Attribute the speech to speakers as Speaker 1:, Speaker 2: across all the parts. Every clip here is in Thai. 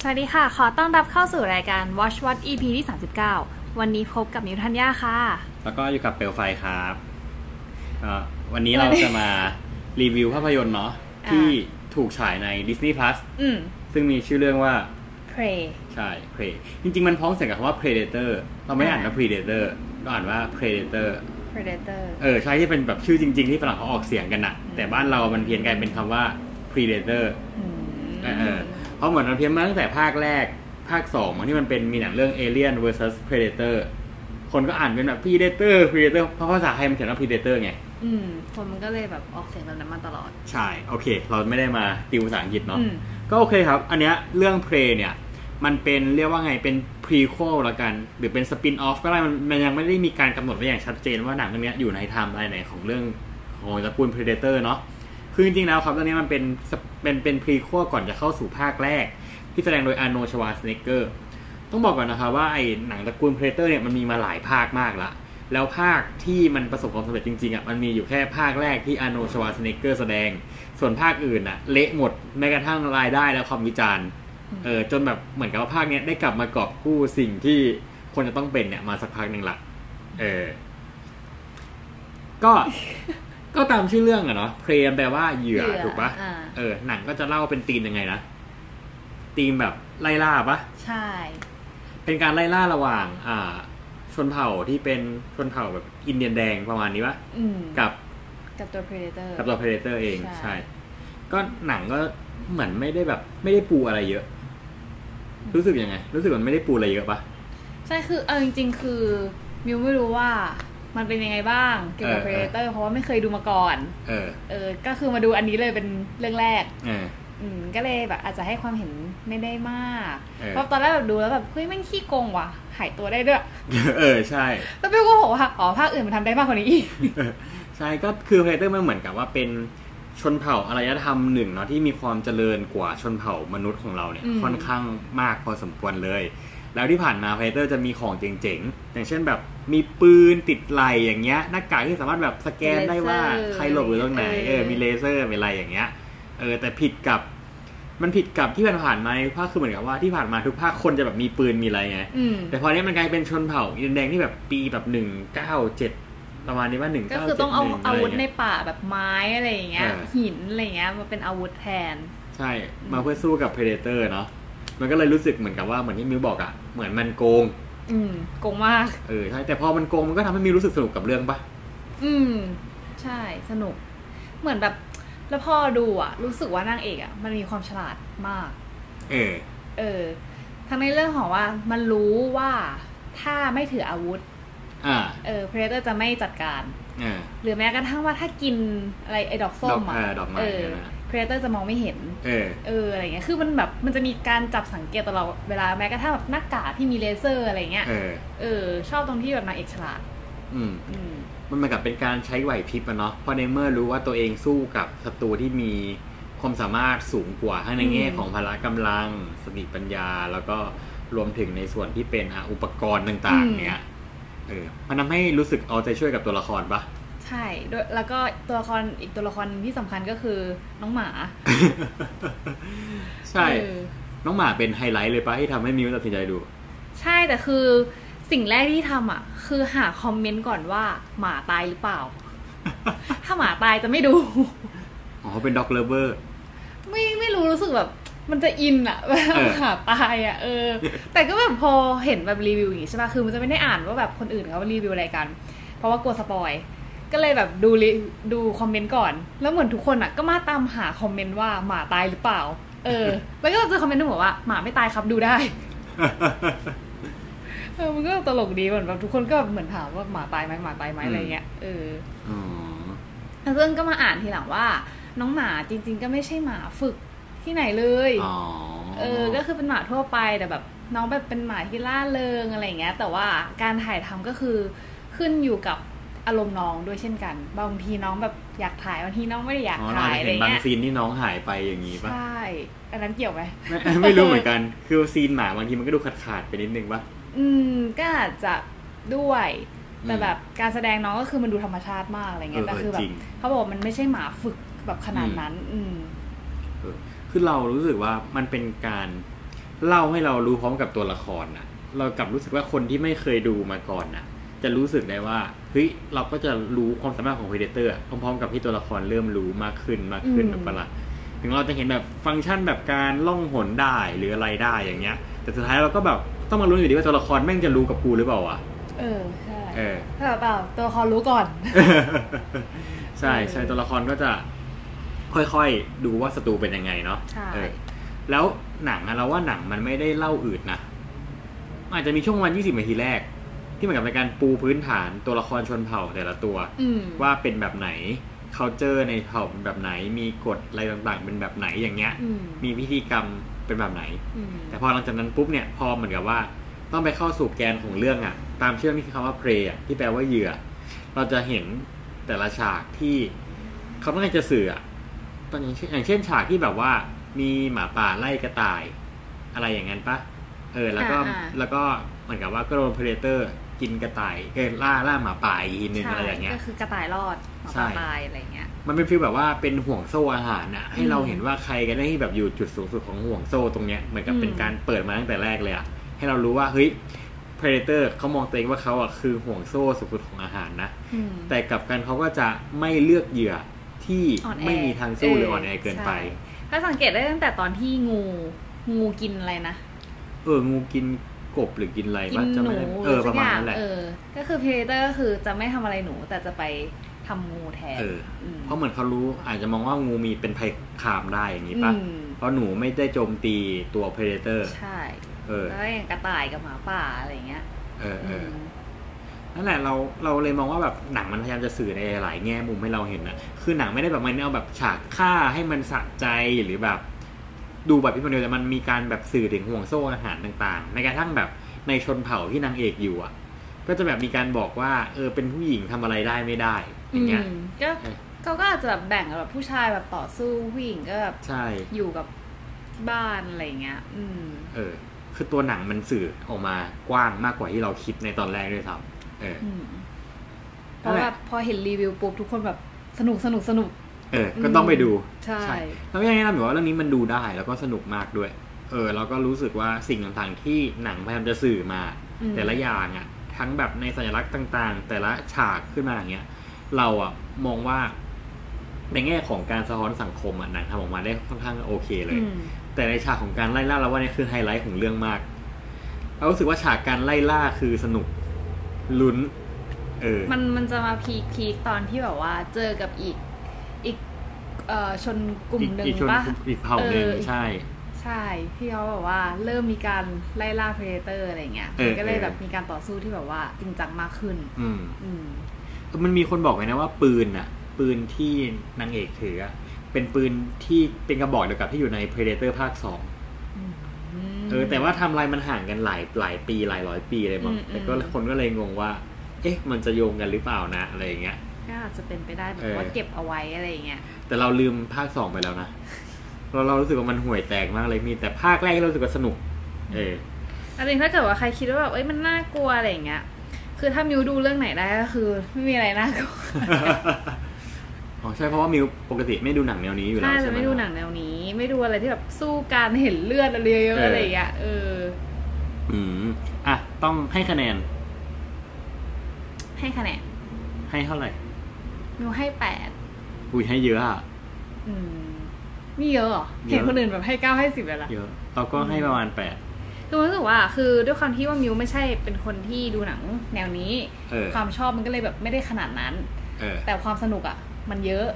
Speaker 1: สวัสดีค่ะ ขอต้อนรับเข้าสู่รายการ Watch What EP ที่ 39 วันนี้พบกับนิวทัญญาค่ะ
Speaker 2: แล้วก็อยู่กับเปลวไฟครับเอ่อวันนี้เราจะ มารีวิวภาพยนตร์เนาะ
Speaker 1: อ่า
Speaker 2: ที่ถูกฉายใน Disney Plus
Speaker 1: อืม
Speaker 2: ซึ่งมีชื่อเรื่องว่า
Speaker 1: Pray
Speaker 2: ใช่ Prey จริง ๆ มันพ้องเสียงกับคำว่า Predator เราไม่ได้อ่านว่า
Speaker 1: อ่า
Speaker 2: Predator เราอ่านว่า Predator
Speaker 1: Predator
Speaker 2: เออ ใช่ที่เป็นแบบชื่อจริง ๆ ที่ฝรั่งเขาออกเสียงกันนะแต่บ้านเรามันเพี้ยนกลายเป็นคำว่า Predator
Speaker 1: อืม
Speaker 2: เออเออเพราะเหมือนมันเพี้ยนมาตั้งแต่ภาคแรกภาคสองมันที่มันเป็นมีหนังเรื่อง Alien vs Predator คนก็อ่านเป็นแบบ Predator Predator เพราะภาษาไทยมันเขียนว่า Predator ไง
Speaker 1: อืมคนมันก็เลยแบบออกเสียงแบบนั้นมาตลอด
Speaker 2: ใช่ โอเค เราไม่ได้มาติวภาษาอังกฤษเนาะ
Speaker 1: อืม
Speaker 2: ก็โอเคครับ อันเนี้ยเรื่อง Prey เนี่ย มันเป็นเรียกว่าไงเป็น prequel ละกัน หรือเป็นสปินออฟก็ได้มันมันยังไม่ได้มีการกำหนดไว้อย่างชัดเจนว่าหนังเรื่องเนี้ยอยู่ในไทม์ไลน์ไหนของเรื่องของตระกูล Predator เนาะคือจริงๆแล้วครับเรื่องเนี้ยมันเป็นเป็นเป็น prequel ก่อนจะเข้าสู่ภาคแรก ที่แสดงโดยอาโนชวาสเนกเกอร์ ต้องบอกก่อนนะครับว่าไอ้หนังตระกูล Predator เนี่ยมันมีมาหลายภาคมากละ แล้วภาคที่มันประสบความสำเร็จจริงๆอ่ะมันมีอยู่แค่ภาคแรกที่อาโนชวาสเนกเกอร์แสดง ส่วนภาคอื่นอ่ะ เละหมดแม้กระทั่งรายได้และความวิจารณ์เออจนแบบเหมือนกับว่าภาคเนี้ยได้กลับมากอบกู้สิ่งที่คนจะต้องเป็นเนี่ยมาสักพักหนึ่งละเออ ก็ ก็ตามชื่อเรื่องอะเนาะเพลมแปลว่าเหยื่อ
Speaker 1: เหยื่อ
Speaker 2: ถูกปะ
Speaker 1: อ่า
Speaker 2: เออหนังก็จะเล่าเป็นธีมยังไงนะธีมแบบไล่ล่าปะ
Speaker 1: ใช่
Speaker 2: เป็นการไล่ล่าระหว่างอ่า ชนเผ่าที่เป็นชนเผ่าแบบอินเดียนแดงประมาณนี้ปะ
Speaker 1: อืม
Speaker 2: กับ
Speaker 1: กับตัว Predator
Speaker 2: กับตัวเพเดเตอร์เอง
Speaker 1: ใช่
Speaker 2: ใช่ ก็หนังก็เหมือนไม่ได้แบบ ไม่ได้ปูอะไรเยอะ รู้สึกยังไง รู้สึกมันไม่ได้ปูอะไรเยอะปะ
Speaker 1: ใช่คือเอาจริงๆ คือ มิวไม่รู้ว่ามันเป็นยังไงบ้างเกี่ยวกับ
Speaker 2: เออ
Speaker 1: Predator เพราะว่าไม่เคยดูมาก่อน
Speaker 2: เออ
Speaker 1: เออ ก็คือมาดูอันนี้เลยเป็นเรื่องแรก
Speaker 2: เออ
Speaker 1: อืมก็เลยแบบอาจจะให้ความเห็นไม่ได้มาก
Speaker 2: เออ
Speaker 1: เพราะตอนแรกแบบดูแล้วแบบเฮ้ยแม่งขี้โกงว่ะ หายตัวได้ด้วย
Speaker 2: เออ ใช่
Speaker 1: แล้วเบลก็บอกว่าอ๋อภาคอื่นมันทำได้มากกว่านี้ อีก
Speaker 2: ใช่ก็คือเพเตอร์มันเหมือนกับว่าเป็นชนเผ่าอารยธรรมหนึ่งเนาะที่มีความเจริญกว่าชนเผ่ามนุษย์ของเราเนี่ย
Speaker 1: อืม
Speaker 2: ค่อนข้างมากพอสมควรเลย แล้วที่ผ่านมาเพเตอร์จะมีของเจ๋งๆ อย่างเช่นแบบมีปืนติดไหลอย่างเงี้ยหน้ากากที่สามารถแบบสแกนได้ว่าใครหลบอยู่ตรงไหนเออมีเลเซอร์มีอะไรอย่างเงี้ยเออแต่ผิดกับ มันผิดกับที่ผ่านๆมาในภาคคือเหมือนกับว่าที่ผ่านมาทุกภาคคนจะแบบมีปืนมีอะไรไง
Speaker 1: อืม
Speaker 2: แต่พอเนี้ยมันกลายเป็นชนเผ่าอินเดียนแดงที่แบบปีแบบหนึ่งเก้าเจ็ดประมาณนี้ว่าหนึ่ง
Speaker 1: ก็
Speaker 2: เก้า
Speaker 1: คือต้องเอาอาวุธใน
Speaker 2: เงี้ย
Speaker 1: ป่าแบบไม้อะไรอย่างเงี้ย
Speaker 2: เออ
Speaker 1: หินอะไรอย่างเงี้ยมาเป็นอาวุธแทน
Speaker 2: ใช่ มาเพื่อสู้กับ Predator เนาะมันก็เลยรู้สึกเหมือนกับว่าเหมือนที่มิวบอกอะเหมือนมันโกง
Speaker 1: อืมโกงมาก
Speaker 2: เออใช่แต่พอมันโกงมันก็ทำให้มิวรู้สึกสนุกกับเรื่องปะ
Speaker 1: อืม ใช่สนุก เหมือนแบบ แล้วพอดูอ่ะ รู้สึกว่านางเอกอ่ะ มันมีความฉลาดมาก
Speaker 2: เออ
Speaker 1: เออ ทั้งในเรื่องของว่ามันรู้ว่าถ้าไม่ถืออาวุธ
Speaker 2: อ่า
Speaker 1: เออ เพรเดอร์จะไม่จัดการ
Speaker 2: อ่า
Speaker 1: หรือแม้กระทั่งว่าถ้ากินอะไรไอ้ดอกส้ม
Speaker 2: ดอกเอ
Speaker 1: อ่ะ
Speaker 2: อดอกไม้
Speaker 1: เออ
Speaker 2: เนี่ยนะ
Speaker 1: เพรเดอร์จะมองไม่เห็น
Speaker 2: เออ
Speaker 1: เอออะไรเงี้ย คือมันแบบมันจะมีการจับสังเกตตลอดเวลาแม้กระทั่งแบบหน้ากากที่มีเลเซอร์อะไรเงี้ย
Speaker 2: เออ
Speaker 1: เออ ชอบตรงที่แบบนางเอกฉลาด
Speaker 2: อืม
Speaker 1: อืม
Speaker 2: มันเหมือนกับเป็นการใช้ไหวพริบอะเนาะเพราะในเมื่อรู้ว่าตัวเองสู้กับศัตรูที่มีความสามารถสูงกว่าทั้งในแง่
Speaker 1: อืม
Speaker 2: ของพละกำลัง สติปัญญา แล้วก็รวมถึงในส่วนที่เป็นอ่ะอุปกรณ์ต่างๆ เนี่ยเออมันทำให้รู้สึกเอาใจช่วยกับตัวละครปะ
Speaker 1: ใช่ด้วยแล้วก็ตัวละครอีกตัวละครที่สำคัญก็คือน้องหมา
Speaker 2: ใช่
Speaker 1: เออ
Speaker 2: น้องหมาเป็นไฮไลท์เลยปะที่ทำให้มิวตัดสินใจดู
Speaker 1: ใช่แต่คือสิ่งแรกที่ทำอ่ะ คือหาคอมเมนต์ก่อนว่าหมาตายหรือเปล่า ถ้าหมาตายจะไม่ดู
Speaker 2: อ๋อเป็นด็อกเลเวอร์
Speaker 1: ไม่ไม่รู้รู้สึกแบบมันจะอินอะ แบ
Speaker 2: เอบ อ
Speaker 1: ขาตายอะเอ อ แต่ก็แบบพอเห็นแบบรีวิวอย่างงี้ใช่ป่ะคือมันจะไม่ได้อ่านว่าแบบคนอื่นเขารีวิวอะไรกัน เพราะว่ากลัวสปอยก็เลยแบบดูรีดูคอมเมนต์ก่อน แล้วเหมือนทุกคนอะก็มาตามหาคอมเมนต์ว่าหมาตายหรือเปล่า เอ อ แล้วก็เจอคอมเมนต์ที่บอกว่าหมาไม่ตายครับดู ได้เออมันก็ตลกดีเหมือนแบบทุกคนก็แบบเหมือนถามว่าหมาตายไหมหมาตายไหมอะไรเงี้ยเออ
Speaker 2: อ๋อ
Speaker 1: แล้วซึ่งก็มาอ่านทีหลังว่า น้องหมาจริง ๆ ก็ไม่ใช่หมาฝึกที่ไหนเลย
Speaker 2: อ๋อ
Speaker 1: เออ ก็คือเป็นหมาทั่วไปแต่แบบ น้องแบบเป็นหมาที่ล่าเริงอะไรอย่างเงี้ย แต่ว่าการถ่ายทำก็คือขึ้นอยู่กับอารมณ์น้องด้วยเช่นกัน บางทีน้องแบบอยากถ่ายบางทีน้องไม่ได้อยาก
Speaker 2: อ๋อเรา
Speaker 1: ถ่าย
Speaker 2: จะ
Speaker 1: อะไร
Speaker 2: เห็นบาง
Speaker 1: เงี้ย
Speaker 2: ซีนที่น้องหายไปอย่างนี้ปะ
Speaker 1: ใช่อันนั้นเกี่ยวไหม
Speaker 2: ไม่ไม่รู้เหมือนกัน คือซีนหมาบางทีมันก็ดูขาดขาดๆไปนิดนึงปะ
Speaker 1: อืมก็อาจจะด้วยแต่
Speaker 2: อืม
Speaker 1: แบบการแสดงน้องก็คือมันดูธรรมชาติมากอะไรเงี้ย
Speaker 2: เออ
Speaker 1: แต่คือแบ
Speaker 2: จริ
Speaker 1: บ
Speaker 2: ง
Speaker 1: เขาบอกว่ามันไม่ใช่หมาฝึกแบบขนาดนั้น อืม
Speaker 2: เออคือเรารู้สึกว่ามันเป็นการ เล่าให้เรารู้พร้อมกับตัวละครนะเรากลับรู้สึกว่าคนที่ไม่เคยดูมาก่อนนะจะรู้สึกได้ว่าเฮ้ยเราก็จะรู้ความสามารถของ Predator อะพร้อมๆกับที่ตัวละครเริ่มรู้มากขึ้นมากขึ้น
Speaker 1: อืม
Speaker 2: แบบประหลาดถึงเราจะเห็นแบบฟังก์ชันแบบการล่องหนได้หรืออะไรได้อย่างเงี้ย แต่สุดท้ายเราก็แบบต้องมาลุ้นอยู่ดีว่าตัวละครแม่งจะรู้กับกูหรือเปล่าวะ
Speaker 1: เออใช่
Speaker 2: เอ อ
Speaker 1: ถ้าแบบเปล่าตัวละครรู้ก่อน
Speaker 2: ใช่
Speaker 1: เออ
Speaker 2: ใช่ตัวละครก็จะค่อยๆ ดูว่าศัตรูเป็นยังไงเนาะ
Speaker 1: ใช่
Speaker 2: เออแล้วหนังอะเราว่าหนังมันไม่ได้เล่าอืดนะอาจจะมีช่วงประมาณยี่สิบนาทีแรก ที่เหมือนกับเป็นการปูพื้นฐานตัวละครชนเผ่าแต่ละตัว
Speaker 1: อืม
Speaker 2: ว่าเป็นแบบไหน culture ในเผ่าเป็นแบบไหน มีกฎอะไรต่างๆ เป็นแบบไหนอย่างเงี้ย
Speaker 1: อืม
Speaker 2: มีพิธีกรรมเป็นแบบไหน
Speaker 1: อืม
Speaker 2: แต่พอหลังจากนั้นปุ๊บเนี่ยพอเหมือนกับว่าต้องไปเข้าสู่แกนของเรื่องอะ่ะ ตามเชื่อมที่คำว่า prey อะที่แปลว่าเหยื่อ เราจะเห็นแต่ละฉากที่เขาต้องการจะสื่ออะตอนอย่างเช่นอย่างเช่นฉากที่แบบว่ามีหมาป่าไล่กระต่าย อะไรอย่างนั้นปะเออแล้วก็
Speaker 1: าอ่า
Speaker 2: แล้วก็เหมือนกับว่าก็โดน predator กินกระต่ายเออล่าล่าหมาป่าอีกทีหนึ่งอะไรอย่างเงี้ย
Speaker 1: ก็คือกระต่ายรอดหมอ
Speaker 2: ใช่
Speaker 1: ปลาตายอะไรเงี้ย
Speaker 2: มันเป็นฟีลแบบว่าเป็นห่วงโซ่อาหารน่ะ ให้
Speaker 1: อืม
Speaker 2: เราเห็นว่าใครกันแน่ที่แบบอยู่จุดสูงสุดของห่วงโซ่ตรงเนี้ยเหมือนกับ
Speaker 1: อืม
Speaker 2: เป็นการเปิดมาตั้งแต่แรกเลยอะให้เรารู้ว่าเฮ้ย predator เขามองตัวเองว่าเขาอะคือห่วงโซ่สูงสุดของอาหารนะ
Speaker 1: อืม
Speaker 2: แต่กลับกันเขาก็จะไม่เลือกเหยื่อที่
Speaker 1: อ่อนแอ
Speaker 2: ไม่มีทางสู้
Speaker 1: เออ
Speaker 2: หรืออ่อนแอเกินไป
Speaker 1: ใช่ ถ้าสังเกตได้ตั้งแต่ตอนที่งู งูกินอะไรนะ
Speaker 2: เอองูกินกบหรือกินอะไร
Speaker 1: กิน
Speaker 2: วะจะ
Speaker 1: หนู
Speaker 2: ไม่ได้
Speaker 1: ห
Speaker 2: เอ
Speaker 1: รือ
Speaker 2: อป
Speaker 1: สั
Speaker 2: ระ
Speaker 1: กอ
Speaker 2: มาณ
Speaker 1: ย่าง
Speaker 2: นั้นแหละ
Speaker 1: เออ ก็คือพ r e d a t o r ก็คือจะไม่ทำอะไรหนู แต่จะไปทำงูแทน
Speaker 2: เออ
Speaker 1: ม
Speaker 2: เพราะเหมือนเขารู้อาจจะมองว่างูมีเป็นภัยคุกคามได้อย่างนี้ปะ
Speaker 1: อืม
Speaker 2: เพราะหนูไม่ได้โจมตีตัว predator
Speaker 1: ใช่
Speaker 2: เออ
Speaker 1: แล้วก็อย่างกระต่ายกับหมาป่าอะไรเงี้ย
Speaker 2: เออเอออ
Speaker 1: ม
Speaker 2: นั่นแหละเราเราเลยมองว่าแบบหนังมันพยายามจะสื่อในหลายแง่มุมให้เราเห็นนะคือหนังไม่ได้แบบมันเอาแบบฉากฆ่าให้มันสะใจหรือแบบ ดูแบบพี่มันเดียวแต่มันมีการแบบสื่อถึงห่วงโซ่อาหารต่างๆแม้กระทั่งแบบในชนเผ่าที่นางเอกอยู่อ่ะ ก็จะแบบมีการบอกว่า เออเป็นผู้หญิงทำอะไรได้ไม่ได้อย่างเงี้ย
Speaker 1: มก็
Speaker 2: เออ
Speaker 1: เขาก็อาจจะแบบแบ่งแบบผู้ชายแบบต่อสู้ผู้หญิงก็แบบ
Speaker 2: ใช่
Speaker 1: อยู่กับบ้านอะไรเงี้ย อืม
Speaker 2: เออ คือตัวหนังมันสื่อออกมากว้างมากกว่าที่เราคิดในตอนแรกด้วยซ้ำเออ
Speaker 1: อืมเพ
Speaker 2: นั่น
Speaker 1: ราะ
Speaker 2: แหละ
Speaker 1: แบบพอเห็นรีวิวปุ๊บทุกคนแบบสนุกสนุกสนุก
Speaker 2: เออ ก็ต้องไปดู
Speaker 1: ใช่
Speaker 2: แล้วก็ยังแนะนำอยู่ว่าเรื่องนี้มันดูได้แล้วก็สนุกมากด้วย เออแล้วก็รู้สึกว่าสิ่งต่างๆที่หนังพยายามจะสื่อมา
Speaker 1: อืม
Speaker 2: แต่ละอย่างอะ่ะ ทั้งแบบในสัญลักษณ์ต่างๆ แต่ละฉากขึ้นมาอย่างเงี้ย เราอะ่ะมองว่าในแง่ของการสะท้อนสังคมอะ่ะหนังทำออกมาได้ค่อนข้างโอเคเลย
Speaker 1: อืม
Speaker 2: แต่ในฉากของการไล่ล่าเราว่าเนี่ยคือไฮไลท์ของเรื่องมากเรารู้สึกว่าฉากการไล่ล่าคือสนุกลุ้น เออ
Speaker 1: มันมันจะมาพีคพีคตอนที่แบบว่าเจอกับอีกอีกเอ่อชนกลุ่ม
Speaker 2: อีก
Speaker 1: หนึ่ง
Speaker 2: อีกชน
Speaker 1: ปะ
Speaker 2: อีกเผ่าหนึ่ง
Speaker 1: เอออีก
Speaker 2: ใช่
Speaker 1: ใช่ที่เขาแบบว่าเริ่มมีการไล่ล่าเพเดเตอร์อะไรเงี้ย
Speaker 2: เออ
Speaker 1: มันก็เลย
Speaker 2: เออ
Speaker 1: แบบมีการต่อสู้ที่แบบว่าจริงจังมากขึ้น
Speaker 2: อืม
Speaker 1: อืม
Speaker 2: มันมีคนบอกไว้นะว่าปืนอะปืนที่นางเอกถืออะเป็นปืนที่เป็นกระบอกเดียวกับที่อยู่ใน Predator ภาคสองเออแต่ว่าไทำลายมันห่างกันหลายหลายปีหลายร้อยปีเลยมั้ง
Speaker 1: อืมอืม
Speaker 2: แต่ก็คนก็เลยงงว่า เอ๊ะ มันจะโยงกันหรือเปล่านะ อะไรอย่างเงี้ย
Speaker 1: ก็อาจจะเป็นไปได้แบ
Speaker 2: เอบ อ
Speaker 1: ว่าเก็บเอาไว้อะไรเงี้ย
Speaker 2: แต่เราลืมภาคสองไปแล้วนะ เราเรารู้สึกว่ามันห่วยแตกมากเลยมีแต่ภาคแรกที่เรารู้สึกว่าสนุก เออ
Speaker 1: อันนี้ถ้าเกิดว่าใครคิดว่าแบบเอ้ยมันน่ากลัวอะไรอย่างเงี้ย คือถ้ามิวดูเรื่องไหนได้ก็คือ ไม่มีอะไรน่ากลัว
Speaker 2: อ๋อใช่เพราะว่ามิวปกติไม่ ดูหนังแนวนี้อยู่แล้ว
Speaker 1: น่า
Speaker 2: ใช่
Speaker 1: จะ
Speaker 2: ไหม
Speaker 1: ไม่ดูหนังแนวนี้ ไม่ดูอะไรที่แบบสู้การเห็นเลือดอะไรเยอะ
Speaker 2: เออ
Speaker 1: ๆ
Speaker 2: อ
Speaker 1: อะไรอย่างเงี้ย เออ
Speaker 2: อืมอ่ะต้องให้คะแนน
Speaker 1: ให้คะแนน
Speaker 2: ให้เท่าไหร่
Speaker 1: มิวให้แปด
Speaker 2: อุ้ยให้เยอะอะ
Speaker 1: อืมนี่เยอะเหรอ
Speaker 2: เยอะ
Speaker 1: เห็นคนอื่นแบบให้เก้าให้สิบเลยละ
Speaker 2: เยอะเราก็ให้ประมาณแปด
Speaker 1: คือรู้สึกว่า คือด้วยความที่ว่ามิวไม่ใช่เป็นคนที่ดูหนังแนวนี้
Speaker 2: เออ
Speaker 1: ความชอบมันก็เลยแบบไม่ได้ขนาดนั้น
Speaker 2: เออ
Speaker 1: แต่ความสนุกอ่ะ มันเยอะ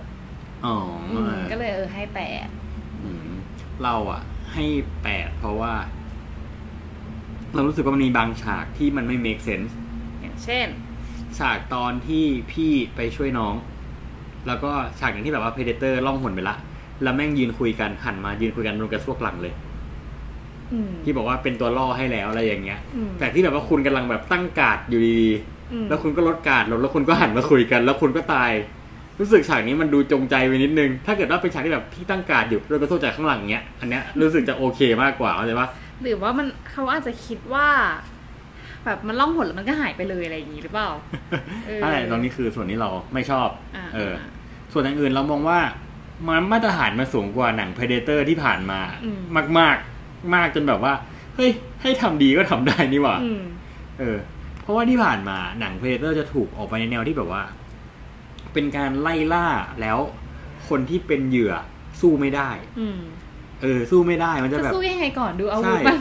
Speaker 2: อ๋อ
Speaker 1: อืมก็เลยเออให้แปด
Speaker 2: อืมเราอ่ะ ให้แปดเพราะว่า เรารู้สึกว่ามันมีบางฉากที่มันไม่ make sense
Speaker 1: อย่างเช่น
Speaker 2: ฉากตอนที่พี่ไปช่วยน้อง แล้วก็ฉากหนึ่งที่แบบว่า predator ล่องหนไปละ แล้วแม่งยืนคุยกันหันมายืนคุยกันรวมกันซวกหลังเลย
Speaker 1: อืม
Speaker 2: ที่บอกว่าเป็นตัวล่อให้แล้วอะไรอย่างเงี้ย
Speaker 1: อืม
Speaker 2: แต่ที่แบบว่าคุณกำลังแบบตั้งการ์ดอยู่ดีๆ
Speaker 1: อืม
Speaker 2: แล้วคุณก็ลดการดลงแล้วคุณก็หันมาคุยกัน แล้วคุณก็ตาย รู้สึกฉากนี้มันดูจงใจไปนิดนึง ถ้าเกิดว่าเป็นฉากที่แบบพี่ตั้งการดอยู่แล้วก็สู้จากข้างหลังเนี้ย อันเนี้ยรู้สึกจะโอเคมากกว่าเข้าใจปะ
Speaker 1: หรือว่ามันเขาอาจจะคิดว่า แบบมันล่องหนแล้วมันก็หายไปเลยอะไรอย่างนี้หรือเปล่า เออ
Speaker 2: ใช่ตอนนี้คือส่วนที่เราไม่ชอบ
Speaker 1: า
Speaker 2: เออ ส่วนอย่างอื่นเรามองว่ามันมาตรฐานมันสูงกว่าหนัง Predator ที่ผ่านมา
Speaker 1: อืม
Speaker 2: มาก ๆ มากจนแบบว่า เฮ้ยให้ทำดีก็ทำได้นี่หว่า
Speaker 1: อืม
Speaker 2: เออ เพราะว่าที่ผ่านมาหนังเพลเตอร์จะถูกออกไปในแนวที่แบบว่า เป็นการไล่ล่าแล้วคนที่เป็นเหยื่อสู้ไม่ได้
Speaker 1: อืม
Speaker 2: เออ สู้ไม่ได้มันจะ
Speaker 1: จะ
Speaker 2: แบบ
Speaker 1: สู้ยังไงก่อนดูอาวุธ
Speaker 2: ใช่
Speaker 1: มัน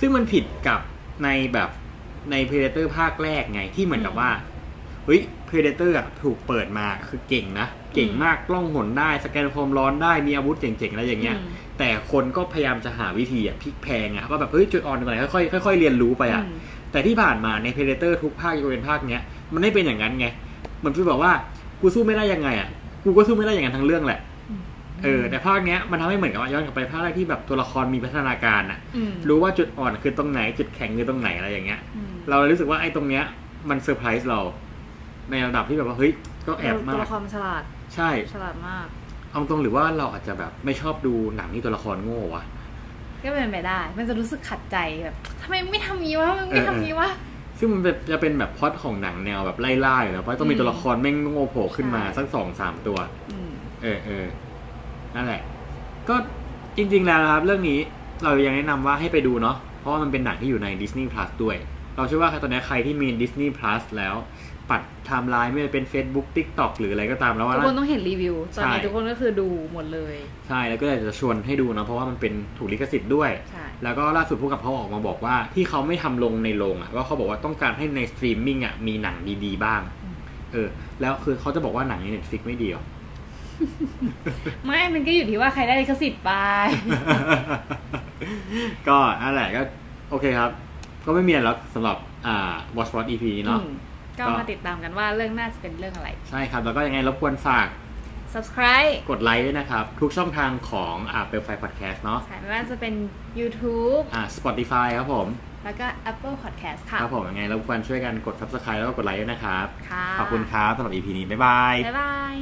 Speaker 2: ซึ่งมันผิดกับในแบบใน Predator ภาคแรกไงที่เหมือนกับว่าเฮ้ย Predator อะถูกเปิดมาคือเก่งนะ เก่งมากกล้องหนได้สแกนความร้อนได้มีอาวุธเจ๋งๆอะไรอย่างเงี้ย
Speaker 1: อืม
Speaker 2: แต่คนก็พยายามจะหาวิธีอะพลิกแพลงอะว่าแบบเฮ้ยจุดอ่อนตรงไหนค่อยๆค่อยๆเรียนรู้ไปอะ
Speaker 1: อืม
Speaker 2: แต่ที่ผ่านมาใน Predator ทุกภาคยกเว้นภาคเนี้ยมันไม่เป็นอย่างนั้นไงมันคือแบบว่ากูสู้ไม่ได้ยังไงอ่ะกูก็สู้ไม่ได้อย่างนั้นทั้งเรื่องแหละ
Speaker 1: อืม
Speaker 2: เออแต่ภาคเนี้ยมันทำให้เหมือนกับว่าย้อนกลับไปภาคแรกที่แบบตัวละครมีพัฒนาการอ่ะ
Speaker 1: อืม
Speaker 2: รู้ว่าจุดอ่อนคือตรงไหน จุดแข็งคือตรงไหนอะไรอย่างเงี้ย
Speaker 1: อืม
Speaker 2: เราเลยรู้สึกว่าไอ้ตรงเนี้ยมันเซอร์ไพรส์เรา ในระดับที่แบบว่าเฮ้ยก็แอบมา
Speaker 1: ตัว
Speaker 2: ก
Speaker 1: ละครมันฉลาด
Speaker 2: ใช่
Speaker 1: ฉลาดมาก
Speaker 2: เอาตรงหรือว่าเราอาจจะแบบไม่ชอบดูหนังที่ตัวละครโง่วะ
Speaker 1: ก็เป็นไปได้ มันจะรู้สึกขัดใจแบบทำไมไม่ทำนี้วะมันไม่
Speaker 2: เออ
Speaker 1: ทำนี้วะ
Speaker 2: ซึ่งมันเป็นจะเป็นแบบพล็อตของหนังแนวแบบไล่ล่าอยู่แล้วเพราะต้องมี
Speaker 1: อืม
Speaker 2: ตัวละครแม่งโง่โผล่ขึ้นมา
Speaker 1: ใช่
Speaker 2: สักสองสามตัว
Speaker 1: อืม
Speaker 2: เออเออนั่นแหละ ก็จริง ๆ แล้วนะครับ เรื่องนี้เรายังแนะนำว่าให้ไปดูเนาะเพราะว่ามันเป็นหนังที่อยู่ใน Disney Plus ด้วย เราเชื่อว่าตอนนี้ใครที่มี Disney Plus แล้ว ปัดไทม์ไลน์ไม่ว่าจะเป็น Facebook TikTok หรืออะไรก็ตามแล้วว่า
Speaker 1: ทุกคนต้องเห็นรีวิว ตอนนี้
Speaker 2: ใช่
Speaker 1: ทุกคนก็คือดูหมดเลย
Speaker 2: ใช่แล้วก็อยากจะชวนให้ดูเนาะเพราะว่ามันเป็นถูกลิขสิทธิ์ด้วย
Speaker 1: ใช่
Speaker 2: แล้วก็ล่าสุดผู้กำกับเขาออกมาบอกว่าที่เขาไม่ทำลงในโรงอ่ะว่าเขาบอกว่าต้องการให้ในสตรีมมิ่งอ่ะมีหนังดีๆบ้าง เออ แล้วคือเขาจะบอกว่าหนังใน Netflix ไม่ดีหรอ
Speaker 1: ไม่มันก็อยู่ที่ว่าใครได้ลิขสิทธิ์ไป
Speaker 2: ก็นั่นแหละก็โอเคครับ ก็ไม่มีอะไรแล้วสำหรับอ่า Watch Watch EP นี้เนาะ
Speaker 1: อืมก็
Speaker 2: ก็
Speaker 1: มาติดตามกันว่าเรื่องหน้าจะเป็นเรื่องอะไร
Speaker 2: ใช่ครับ แล้วก็ยังไงรบกวนฝาก
Speaker 1: subscribe
Speaker 2: กดไลค์ด้วยนะครับ ทุกช่องทางของอ่าเปลไฟพอดแคสต์เนาะ
Speaker 1: ค่ะไม่ว่าจะเป็น YouTube
Speaker 2: อ่า Spotify ครับผม
Speaker 1: แล้วก็ Apple Podcast ค่ะ
Speaker 2: ครับผมยังไงรบกวนช่วยกันกด Subscribe แล้วก็กดไลค์ด้วยนะครับ
Speaker 1: ค่ะ
Speaker 2: ขอบคุณครับสำหรับ EP นี้ บ๊ายบาย
Speaker 1: บ๊ายบาย